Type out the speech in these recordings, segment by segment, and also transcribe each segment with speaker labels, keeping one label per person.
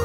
Speaker 1: ค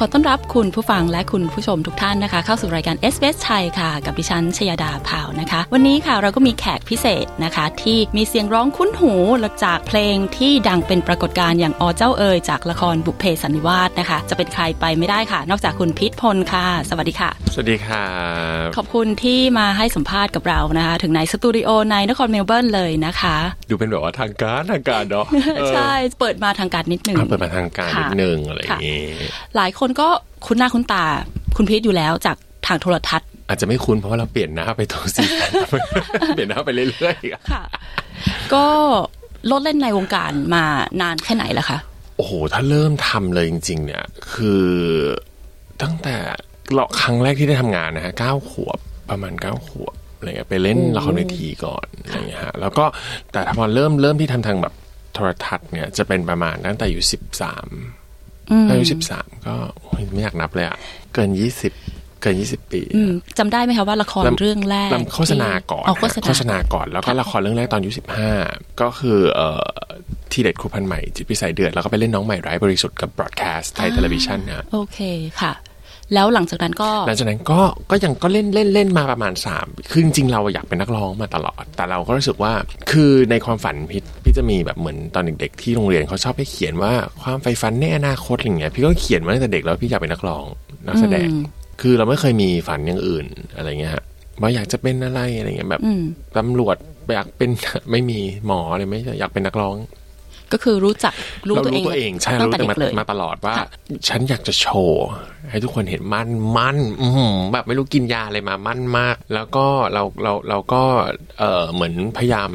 Speaker 2: ขอต้อนรับคุณผู้ฟังและคุณผู้ชมทุกท่านนะคะ เข้าสู่รายการ s อ s ไทยค่ะ กับดิฉันชยดาพาวนะคะ วันนี้ค่ะเราก็มีแขกพิเศษนะคะ ที่มีเสียงร้องคุ้นหูหลังจากเพลงที่ดังเป็นปรากฏการณ์อย่างอเจ้าเอ๋ยจากละครบุพเพสันนิวาสนะคะ จะเป็นใครไปไม่ได้ค่ะ นอกจากคุณพิษพลค่ะ สวัสดีค่ะ
Speaker 3: สวัสดีครับ
Speaker 2: ขอบคุณที่มาให้สัมภาษณ์กับเรานะคะ ถึงในสตูดิโอในนครเมลเบิร์นเลยนะคะ
Speaker 3: ดูเป็นแบบว่าทางการทางการเนาะเออ
Speaker 2: ใช่เปิดมาทางการนิดนึง
Speaker 3: อ่ะเปิดมาทางการนิดนึงอะไรอย่างงี้
Speaker 2: หลายคนก็คุ้นหน้าคุ้นตาคุณพีทอยู่แล้วจากทางโทรทัศน์
Speaker 3: อาจจะไม่คุ้นเพราะว่าเราเปลี่ยนหน้าไปตัว สี เปลี่ยนหน้าไปเรื่อยๆอ่ะ
Speaker 2: ค่ะ ก็โลดเล่นในวงการมานานแค่ไหนล่ะคะ
Speaker 3: โอ้โห ถ้าเริ่มทำเลยจริง ๆ เนี่ย คือตั้งแต่เราครั้งแรกที่ได้ทำงานนะฮะเก้าขวบประมาณเก้าขวบอะไรเงี้ยไปเล่นละครเวทีก่อนอะไรเงี้ยฮะแล้วก็แต่พอเริ่มเริ่มที่ทำทางแบบโทรทัศน์เนี่ยจะเป็นประมาณตั้งแต่อยู่สิบสาม
Speaker 2: อืม
Speaker 3: อายุสิบสามก็โอ้ยไม่อยากนับเลยอะเกินยี่สิบเกินยี่สิบปี
Speaker 2: อืมจำได้ไหมคะว่าละคร
Speaker 3: ลำ
Speaker 2: เรื่องแรก
Speaker 3: ลำโฆษณาก่อน
Speaker 2: อ๋อโฆษณา
Speaker 3: โฆษณาก่อน แล้วก็ละครเรื่องแรกตอนอายุสิบห้าก็คือเอ่อที่เด็ดครูพันใหม่จิตพิสัยเดือด แล้วก็ไปเล่นน้องใหม่ร้ายบริสุทธิ์กับบรอดแคสต์ไทย
Speaker 2: อ่า
Speaker 3: ทีวีชันนะฮะ
Speaker 2: โอเคค่ะ แล้วหลังจากนั้นก็
Speaker 3: หลังจากนั้นก็ก็ยังก็เล่นเล่นเล่นมาประมาณสามคือจริงๆเราอยากเป็นนักร้องมาตลอด แต่เราก็รู้สึกว่าคือในความฝันพี่พี่จะมีแบบเหมือนตอนเด็กๆที่โรงเรียนเขาชอบให้เขียนว่าความใฝ่ฝันในอนาคตอะไรอย่างเงี้ยพี่ก็เขียนมาตั้งแต่เด็กแล้วพี่อยากเป็นนักร้องนักแสดง
Speaker 2: อืม
Speaker 3: คือเราไม่เคยมีฝันอย่างอื่นอะไรเงี้ยฮะว่าอยากจะเป็นอะไรอะไรเงี้ยแบบ
Speaker 2: อืม
Speaker 3: ตำรวจอยากเป็น ไม่มีหมอเลยไม่ใช่อยากเป็นนักร้อง
Speaker 2: ก็คือรู้จักรู้
Speaker 3: เรา
Speaker 2: ตัวเอ
Speaker 3: รู้
Speaker 2: ง
Speaker 3: ตัวเองใช่
Speaker 2: ตั้
Speaker 3: เรา
Speaker 2: ง
Speaker 3: รู้
Speaker 2: แต่เด็
Speaker 3: แต่มาก
Speaker 2: เลย
Speaker 3: มาตลอดว่า
Speaker 2: ค่ะ
Speaker 3: ฉันอยากจะโชว์ ให้ทุกคนเห็นมันมันอื้อหือแบบไม่รู้กินยาอะไรมามันมาก แล้วก็เราเราเราก็เออเหมือนพยายาม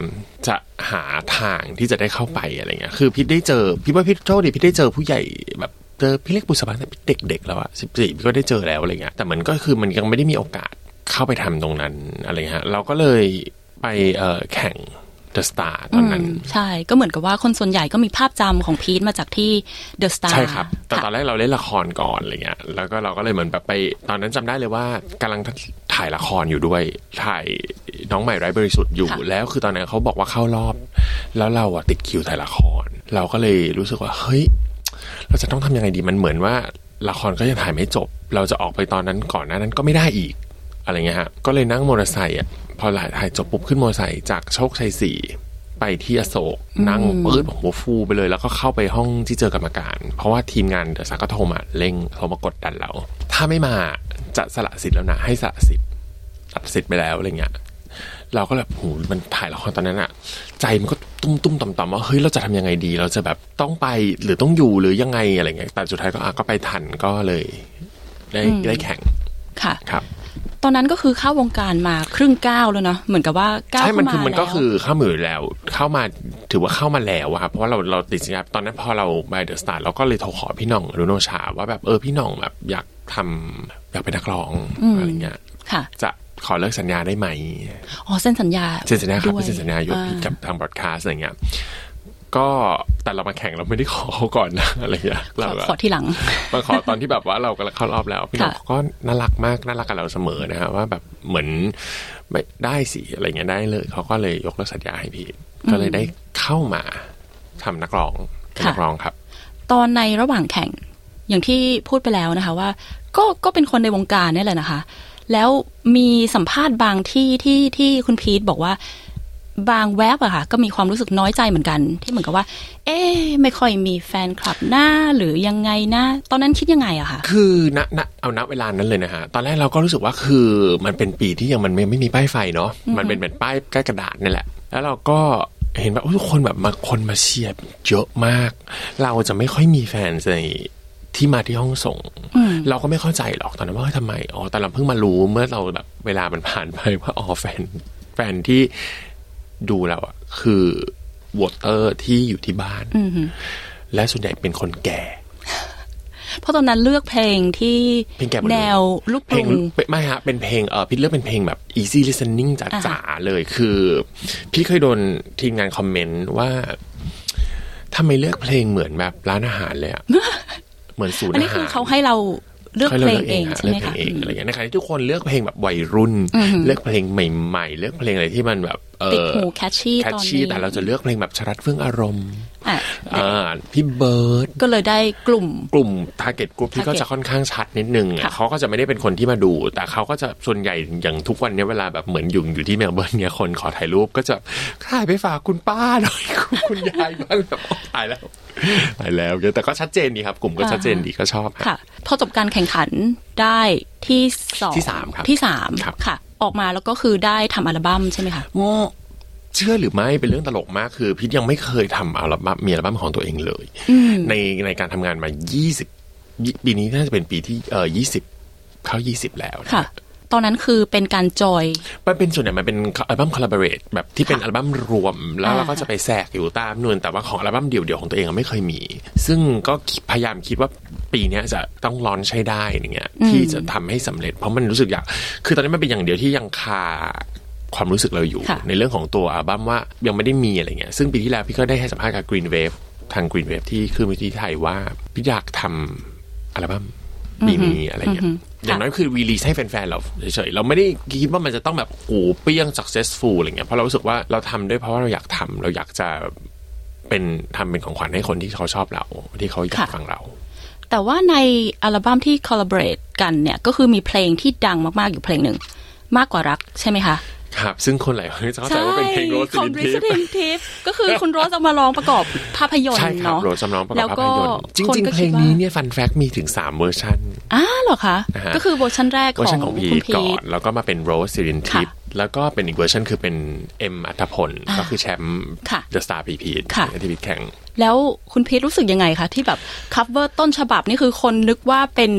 Speaker 3: จะหาทางที่จะได้เข้าไปอะไรเงี้ยคือพี่ได้เจอพี่ว่าพี่โชคดีพี่ได้เจอผู้ใหญ่แบบ เจอพี่เล็กบุษบาตั้งแต่พี่เด็กๆแล้วอะสิบสี่พี่ก็ได้เจอแล้วอะไรเงี้ยแต่มันก็คือมันยังไม่ได้มีโอกาสเข้าไปทำตรงนั้นอะไรเงี้ยฮะเราก็เลยไปเอ่อแข่ง The Star ตอนนั้น
Speaker 2: อืมใช่ก็เหมือนกับว่าคนส่วนใหญ่ก็มีภาพจำของพีทมาจากที่เดอะสตาร์
Speaker 3: ใช่ครับ แต่ตอนแรกเราเล่นละครก่อนอะไรเงี้ย แล้วก็เราก็เลยเหมือนแบบไป ตอนนั้นจำได้เลยว่ากำลังถ่ายละครอยู่ด้วย ถ่ายน้องใหม่ไร้บริสุทธิ์อยู่ แล้วคือตอนนั้นเขาบอกว่าเข้ารอบ แล้วเราอะติดคิวถ่ายละคร เราก็เลยรู้สึกว่าเฮ้ย เราจะต้องทำยังไงดีมันเหมือนว่าละครก็ยังถ่ายไม่จบ เราจะออกไปตอนนั้นก่อนหน้านั้นก็ไม่ได้อีก อะไรเงี้ยฮะ ก็เลยนั่งมอเตอร์ไซค์อ่ะ พอหลายถ่ายจบปุ๊บขึ้นมอเตอร์ไซค์จากโชคชัยสี่ไปที่อโศก นั่งปื๊ดผมหัวฟูไปเลย แล้วก็เข้าไปห้องที่เจอกรรมการ เพราะว่าทีมงานเดอะซักก็โทรมาเร่งโทรมากดดันเรา ถ้าไม่มาจะสละสิทธิ์แล้วนะ ให้สละสิทธิ์ตัดสิทธิ์ไปแล้วอะไรเงี้ย เราก็แบบโหมันถ่ายละครตอนนั้นอะใจมันก็ตุ้มตุ้มต่อมต่อมว่าเฮ้ยเราจะทำยังไงดี เราจะแบบต้องไปหรือต้องอยู่หรือยังไงอะไรเงี้ยแต่สุดท้ายก็อ่ะก็ไปทันก็เลย ได้ได้แข่ง
Speaker 2: ค่ะ
Speaker 3: ครับ
Speaker 2: ตอนนั้นก็คือเข้าวงการมาครึ่งก้าวแล้วเนาะเหมือนกับว่าก้าว
Speaker 3: ใช่ มัน
Speaker 2: เข้าา
Speaker 3: คือมันก็
Speaker 2: แล้ว
Speaker 3: คือเข้ามาอยู่แล้ว เข้ามาถือว่าเข้ามาแล้วอะครับ เพราะว่าเราเราติดสัญญาตอนนั้นพอเราไปเดอะสตาร์เราก็เลยโทรขอพี่หน้องรุโนชา ว่าแบบเออพี่หน้องแบบอยากทำอยากเป็นนักร้อง
Speaker 2: อืม
Speaker 3: อะไรเงี้ย
Speaker 2: ค่ะ
Speaker 3: จะขอเลิกสัญญาได้ไหม
Speaker 2: อ๋อเส้นสัญญา
Speaker 3: เซ็นสัญญาครับ
Speaker 2: ด้วย
Speaker 3: เซ็นสัญญาอยู่
Speaker 2: อ่
Speaker 3: กับทางบอดคาสอะไรเงี้ย ก็แต่เรามาแข่งเราไม่ได้ขอเขาก่อนนะ อะไรเงี้ย
Speaker 2: ข
Speaker 3: เรา
Speaker 2: อ
Speaker 3: ก็
Speaker 2: ขอที่หลัง
Speaker 3: มาขอตอนที่แบบว่าเรากำลังเข้ารอบแล้วพี่หน้ อง
Speaker 2: ค่ะ
Speaker 3: เขาก็น่ารักมากน่ารักกับเราเสมอนะฮะว่าแบบเหมือนไม่ได้สิอะไรเงี้ยได้เลยเขาก็เลยยกเลิกสัญญาให้พี่ ก็เลยได้เข้ามาทำนักร้องเป็นนักร้องครับ
Speaker 2: ตอนในระหว่างแข่งอย่างที่พูดไปแล้วนะคะว่า ก็ก็เป็นคนในวงการเนี่ยแหละนะคะ แล้วมีสัมภาษณ์บางที่ที่ที่คุณพีทบอกว่า บางแวบอะค่ะก็มีความรู้สึกน้อยใจเหมือนกัน ที่เหมือนกับว่า เอ๊ะไม่ค่อยมีแฟนคลับหน้าหรือยังไงนะตอนนั้นคิดยังไงอะค่ะ
Speaker 3: คือณณเอาณเวลานั้นเลยนะฮะ ตอนแรกเราก็รู้สึกว่าคือมันเป็นปีที่ยังมันไม่ไม่มีป้ายไฟเนาะ มันเป็นเป็นป้ายใกล้กระดาษนี่แหละ แล้วเราก็เห็นว่าโอ้ยทุกคนแบบมาคนมาเชียร์เยอะมาก เราจะไม่ค่อยมีแฟนในที่มาที่ห้องส่ง
Speaker 2: อืม
Speaker 3: เราก็ไม่เข้าใจหรอกตอนนั้นว่าเฮ้ยทำไม อ๋อแต่เราเพิ่งมารู้เมื่อเราแบบเวลามันผ่านไปว่าอ๋อแฟนแฟนที่ดูเราอะคือวอเตอร์ที่อยู่ที่บ้าน
Speaker 2: อืม
Speaker 3: และส่วนใหญ่เป็นคนแก่
Speaker 2: เพราะตอนนั้นเลือกเพลงที่
Speaker 3: เพลงแก่หมดเลย
Speaker 2: แนวลูกก
Speaker 3: เพล
Speaker 2: รุ
Speaker 3: ง
Speaker 2: ง
Speaker 3: ไม่ฮะเป็นเพลงเออพี่เลือกเป็นเพลงแบบ easy listening จ๋า
Speaker 2: อ่าฮะ
Speaker 3: จ๋าเลยคือ พี่เคยโดนทีมงานคอมเมนต์ว่าทำไมเลือกเพลงเหมือนแบบร้านอาหารเลย อะเหมือนศูนย์
Speaker 2: อันนี้
Speaker 3: อาหาร
Speaker 2: คือเขาให้เราเลือก
Speaker 3: ขา
Speaker 2: เพลงเอง
Speaker 3: ฮะ
Speaker 2: ใช่ไหม
Speaker 3: เลือก
Speaker 2: คะ
Speaker 3: เพลงเอง
Speaker 2: อืม
Speaker 3: อะไรเงี้ยในขณะที่ทุกคนเลือกเพลงแบบวัยรุ่น เลือกเพลงใหม่ๆ เลือกเพลงอะไรที่มันแบบเออ
Speaker 2: ติดหู catchy
Speaker 3: แคช
Speaker 2: ตอนนี้
Speaker 3: ชี่แต่เราจะเลือกเพลงแบบชรัดเฟื่องอารมณ์
Speaker 2: อ่ะ
Speaker 3: อ่าพี่เบิร์ด
Speaker 2: ก็เลยได้กลุ่ม
Speaker 3: กลุ่ม target group ที่
Speaker 2: Target
Speaker 3: ก็จะค่อนข้างชัดนิดนึงอ่ะเขาก็จะไม่ได้เป็นคนที่มาดู แต่เขาก็จะส่วนใหญ่อย่างทุกวันเนี้ยเวลาแบบเหมือนอยู่อยู่ที่เมลเบิร์นเนี่ยคนขอถ่ายรูปก็จะ ถ่ายไปฝากคุณป้าหน่อย คุณคุณยายบ้างแบบโอ๊ยตายแล้วตายแล้วแต่ก็ชัดเจนดีครับ กลุ่มก็ชัดเจนดีก็ชอบฮะ
Speaker 2: ค่ะพอจบการแข่งขันได้ที่สอง
Speaker 3: ที่สามครับ
Speaker 2: ที่สาม
Speaker 3: ครับ
Speaker 2: ค่ะ ออกมาแล้วก็คือได้ทำอัลบั้มใช่ไหมคะ
Speaker 3: อืมเชื่อหรือไม่เป็นเรื่องตลกมากคือพิทยังไม่เคยทำอัลบั้มมีอัลบั้มของตัวเองเลย ในในการทำงานมา 20ยี่ปีนี้น่าจะเป็นปีที่เออ20 เข้า 20 แล้วนรับ
Speaker 2: ค่ะ ตอนนั้นคือเป็นการจอย
Speaker 3: มันเป็นส่วนใหญ่มันเป็นอัลบั้มคอลลาบอร์เรทแบบที่เป็น
Speaker 2: ค่ะ
Speaker 3: อัลบั้มรวม แล้ว
Speaker 2: อ่า
Speaker 3: เราก็จะไปแทรกอยู่ตามนวนแต่ว่าของอัลบั้มเดี่ยวๆของตัวเองอะไม่เคยมี ซึ่งก็พยายามคิดว่าปีเนี้ยจะต้องร้อนใช้ได้อย่างเงี้ยที่จะทำให้สำเร็จ เพราะมันรู้สึกอยากคือตอนนี้มันเป็นอย่างเดียวที่ยังคาความรู้สึกเราอยู่
Speaker 2: ค่ะ
Speaker 3: ในเรื่องของตัวอัลบั้มว่ายังไม่ได้มีอะไรเงี้ยซึ่งปีที่แล้วพี่ก็ได้ให้สัมภาษณ์กับ Green Wave ทาง Green Wave ที่ขึ้นวิที่ไทยว่าพี่อยากทำอัลบั้มปีนี้อะไรเงี้ย อย่างน้อยคือวีลีสให้แฟนๆเราเฉยๆเราไม่ได้คิดว่ามันจะต้องแบบโอ้โหเปรี้ยง successful อะไรเงี้ยเพราะเรารู้สึกว่าเราทำด้วยเพราะว่าเราอยากทำเราอยากจะเป็นทำเป็นของขวัญให้คนที่เขาชอบเรา ที่เขาอยาก
Speaker 2: ค่ะ
Speaker 3: ฟังเรา
Speaker 2: แต่ว่าในอัลบั้มที่ collaborate กันเนี่ย ก็คือมีเพลงที่ดังมาก ๆ อยู่เพลงหนึ่ง มากกว่ารักใช่ไหมคะ
Speaker 3: ครับ ซึ่งคนหลายคนจะเข้าใจว่าเป็นเพลงโรส
Speaker 2: ของ
Speaker 3: ลิ
Speaker 2: r
Speaker 3: นทิ
Speaker 2: i
Speaker 3: พ
Speaker 2: s t i n g Tip ก็คือคุณโรสเอามาร้องประกอบภาพยนต
Speaker 3: ใช่
Speaker 2: ร์
Speaker 3: ครับ
Speaker 2: เนาะ
Speaker 3: โรสจำลองประกอบภาพยนตร์จ
Speaker 2: คน
Speaker 3: ริง
Speaker 2: ก็
Speaker 3: ๆ เพล
Speaker 2: คิด
Speaker 3: ง
Speaker 2: ว่า
Speaker 3: นี้เนี่ยฟันแฟกมีถึง 3 เวอร์ชัน
Speaker 2: อ้าวเหรอคะ
Speaker 3: นะฮะ
Speaker 2: ก็คือเวอร์ชันแรก
Speaker 3: เวอร์ชัน
Speaker 2: ข
Speaker 3: ข
Speaker 2: อ
Speaker 3: อง งพี
Speaker 2: คุณ
Speaker 3: ท
Speaker 2: พี
Speaker 3: ก่อน
Speaker 2: ท
Speaker 3: แล้วก็มาเป็นโรสซิรินทิพย์แล้วก็เป็นอีกเวอร์ชันคือเป็นเอ็มอัธพลก็คือแชมป์
Speaker 2: ค่ะ
Speaker 3: เดอะสตาร์พีพี
Speaker 2: ค่ะ
Speaker 3: ที่พีทแข่ง
Speaker 2: แล้วคุณพีทรู้สึกยังไงคะ ที่แบบคัฟเวอร์ต้นฉบับนี่คือคนนึกว่าเป็น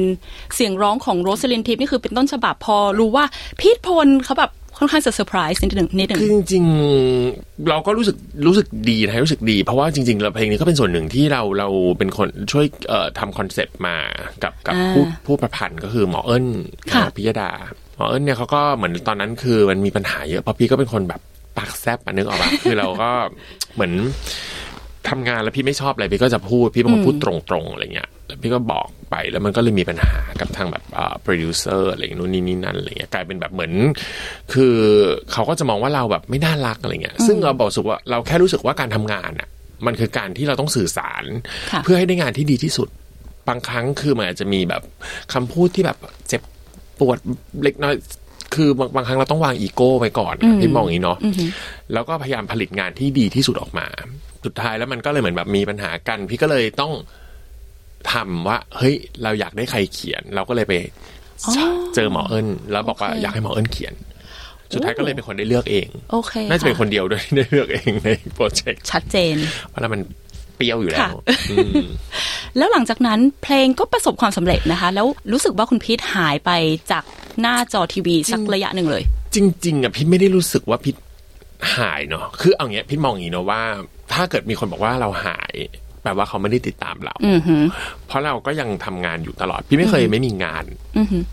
Speaker 2: เสียงร้องของโรสลินทิพนี่คือเป็นต้นฉบับพอรู้ว่าพีทพลเขาแบบค่อนข้างจะเซอร์ไพรส์นิดหนึ่งนิดหนึ่ง
Speaker 3: คือจริงๆเราก็รู้สึกรู้สึกดีนะรู้สึกดี เพราะว่าจริงๆเราเพลงนี้ก็เป็นส่วนหนึ่งที่เราเราเป็นคนช่วยเอ่อทำคอนเซปต์มากับกับ
Speaker 2: อ่า
Speaker 3: ผู้ผู้ประพันธ์ก็คือหมอเอิญ
Speaker 2: ค่ะ
Speaker 3: พิยดาหมอเอิญเนี่ยเขาก็เหมือนตอนนั้นคือมันมีปัญหาเยอะเพราะพี่ก็เป็นคนแบบปากแซบอันนึกออกปะ คือเราก็เหมือนทำงานแล้วพี่ไม่ชอบอะไรพี่ก็จะพูดพี่เป็นคนพูดตรงๆอะไรเงี้ยแล้วพี่ก็บอกไปแล้วมันก็เลยมีปัญหากับทางแบบโปรดิวเซอร์อะไรอย่างงี้นู่นนี่นี่นั่นอะไรเงี้ยกลายเป็นแบบเหมือน คือเขาก็จะมองว่าเราแบบไม่น่ารักอะไรเงี้ย ซึ่งเราบอกสุกว่าเราแค่รู้สึกว่าการทำงานอ่ะ มันคือการที่เราต้องสื่อสาร
Speaker 2: ค่ะ
Speaker 3: เพื่อให้ได้งานที่ดีที่สุด บางครั้งคือมันอาจจะมีแบบคำพูดที่แบบเจ็บปวดเล็กน้อย คือบางบางครั้งเราต้องวางอีโก้ไว้ก่อนที่มองอย่างนี้เนาะแล้วก็พยายามผลิตงานที่ดีที่สุดออกมา สุดท้ายแล้วมันก็เลยเหมือนแบบมีปัญหากัน พี่ก็เลยต้องทำว่า เฮ้ย เราอยากได้ใครเขียน เราก็เลยไปเจอหมอเอิญแล้วบอกว่า
Speaker 2: โอเค
Speaker 3: อยากให้หมอเอิญเขียน สุดท้ายก็เลยเป็นคนได้เลือกเอง
Speaker 2: โอเค
Speaker 3: น่าจะเป็นคน
Speaker 2: ค่
Speaker 3: เดียว ด้วยที่ได้เลือกเองในโปรเจกต์
Speaker 2: ชัดเจน
Speaker 3: เพราะแล้วมันเปรี้ยวอยู่แล้
Speaker 2: ค่ะ
Speaker 3: ว
Speaker 2: แล้วหลังจากนั้นเพลงก็ประสบความสำเร็จนะคะ แล้วรู้สึกว่าคุณพีทหายไปจากหน้าจอทีวีสักระยะหนึ่งเลย
Speaker 3: จริงๆอ่ะพี่ไม่ได้รู้สึกว่าพี่หายเนาะคือเอาอย่างเงี้ยพี่มองอย่างนี้เนาะว่า ถ้าเกิดมีคนบอกว่าเราหายแปลว่าเขาไม่ได้ติดตามเรา
Speaker 2: อือหือ
Speaker 3: เพราะเราก็ยังทำงานอยู่ตลอด พี่ไม่เคยไม่มีงาน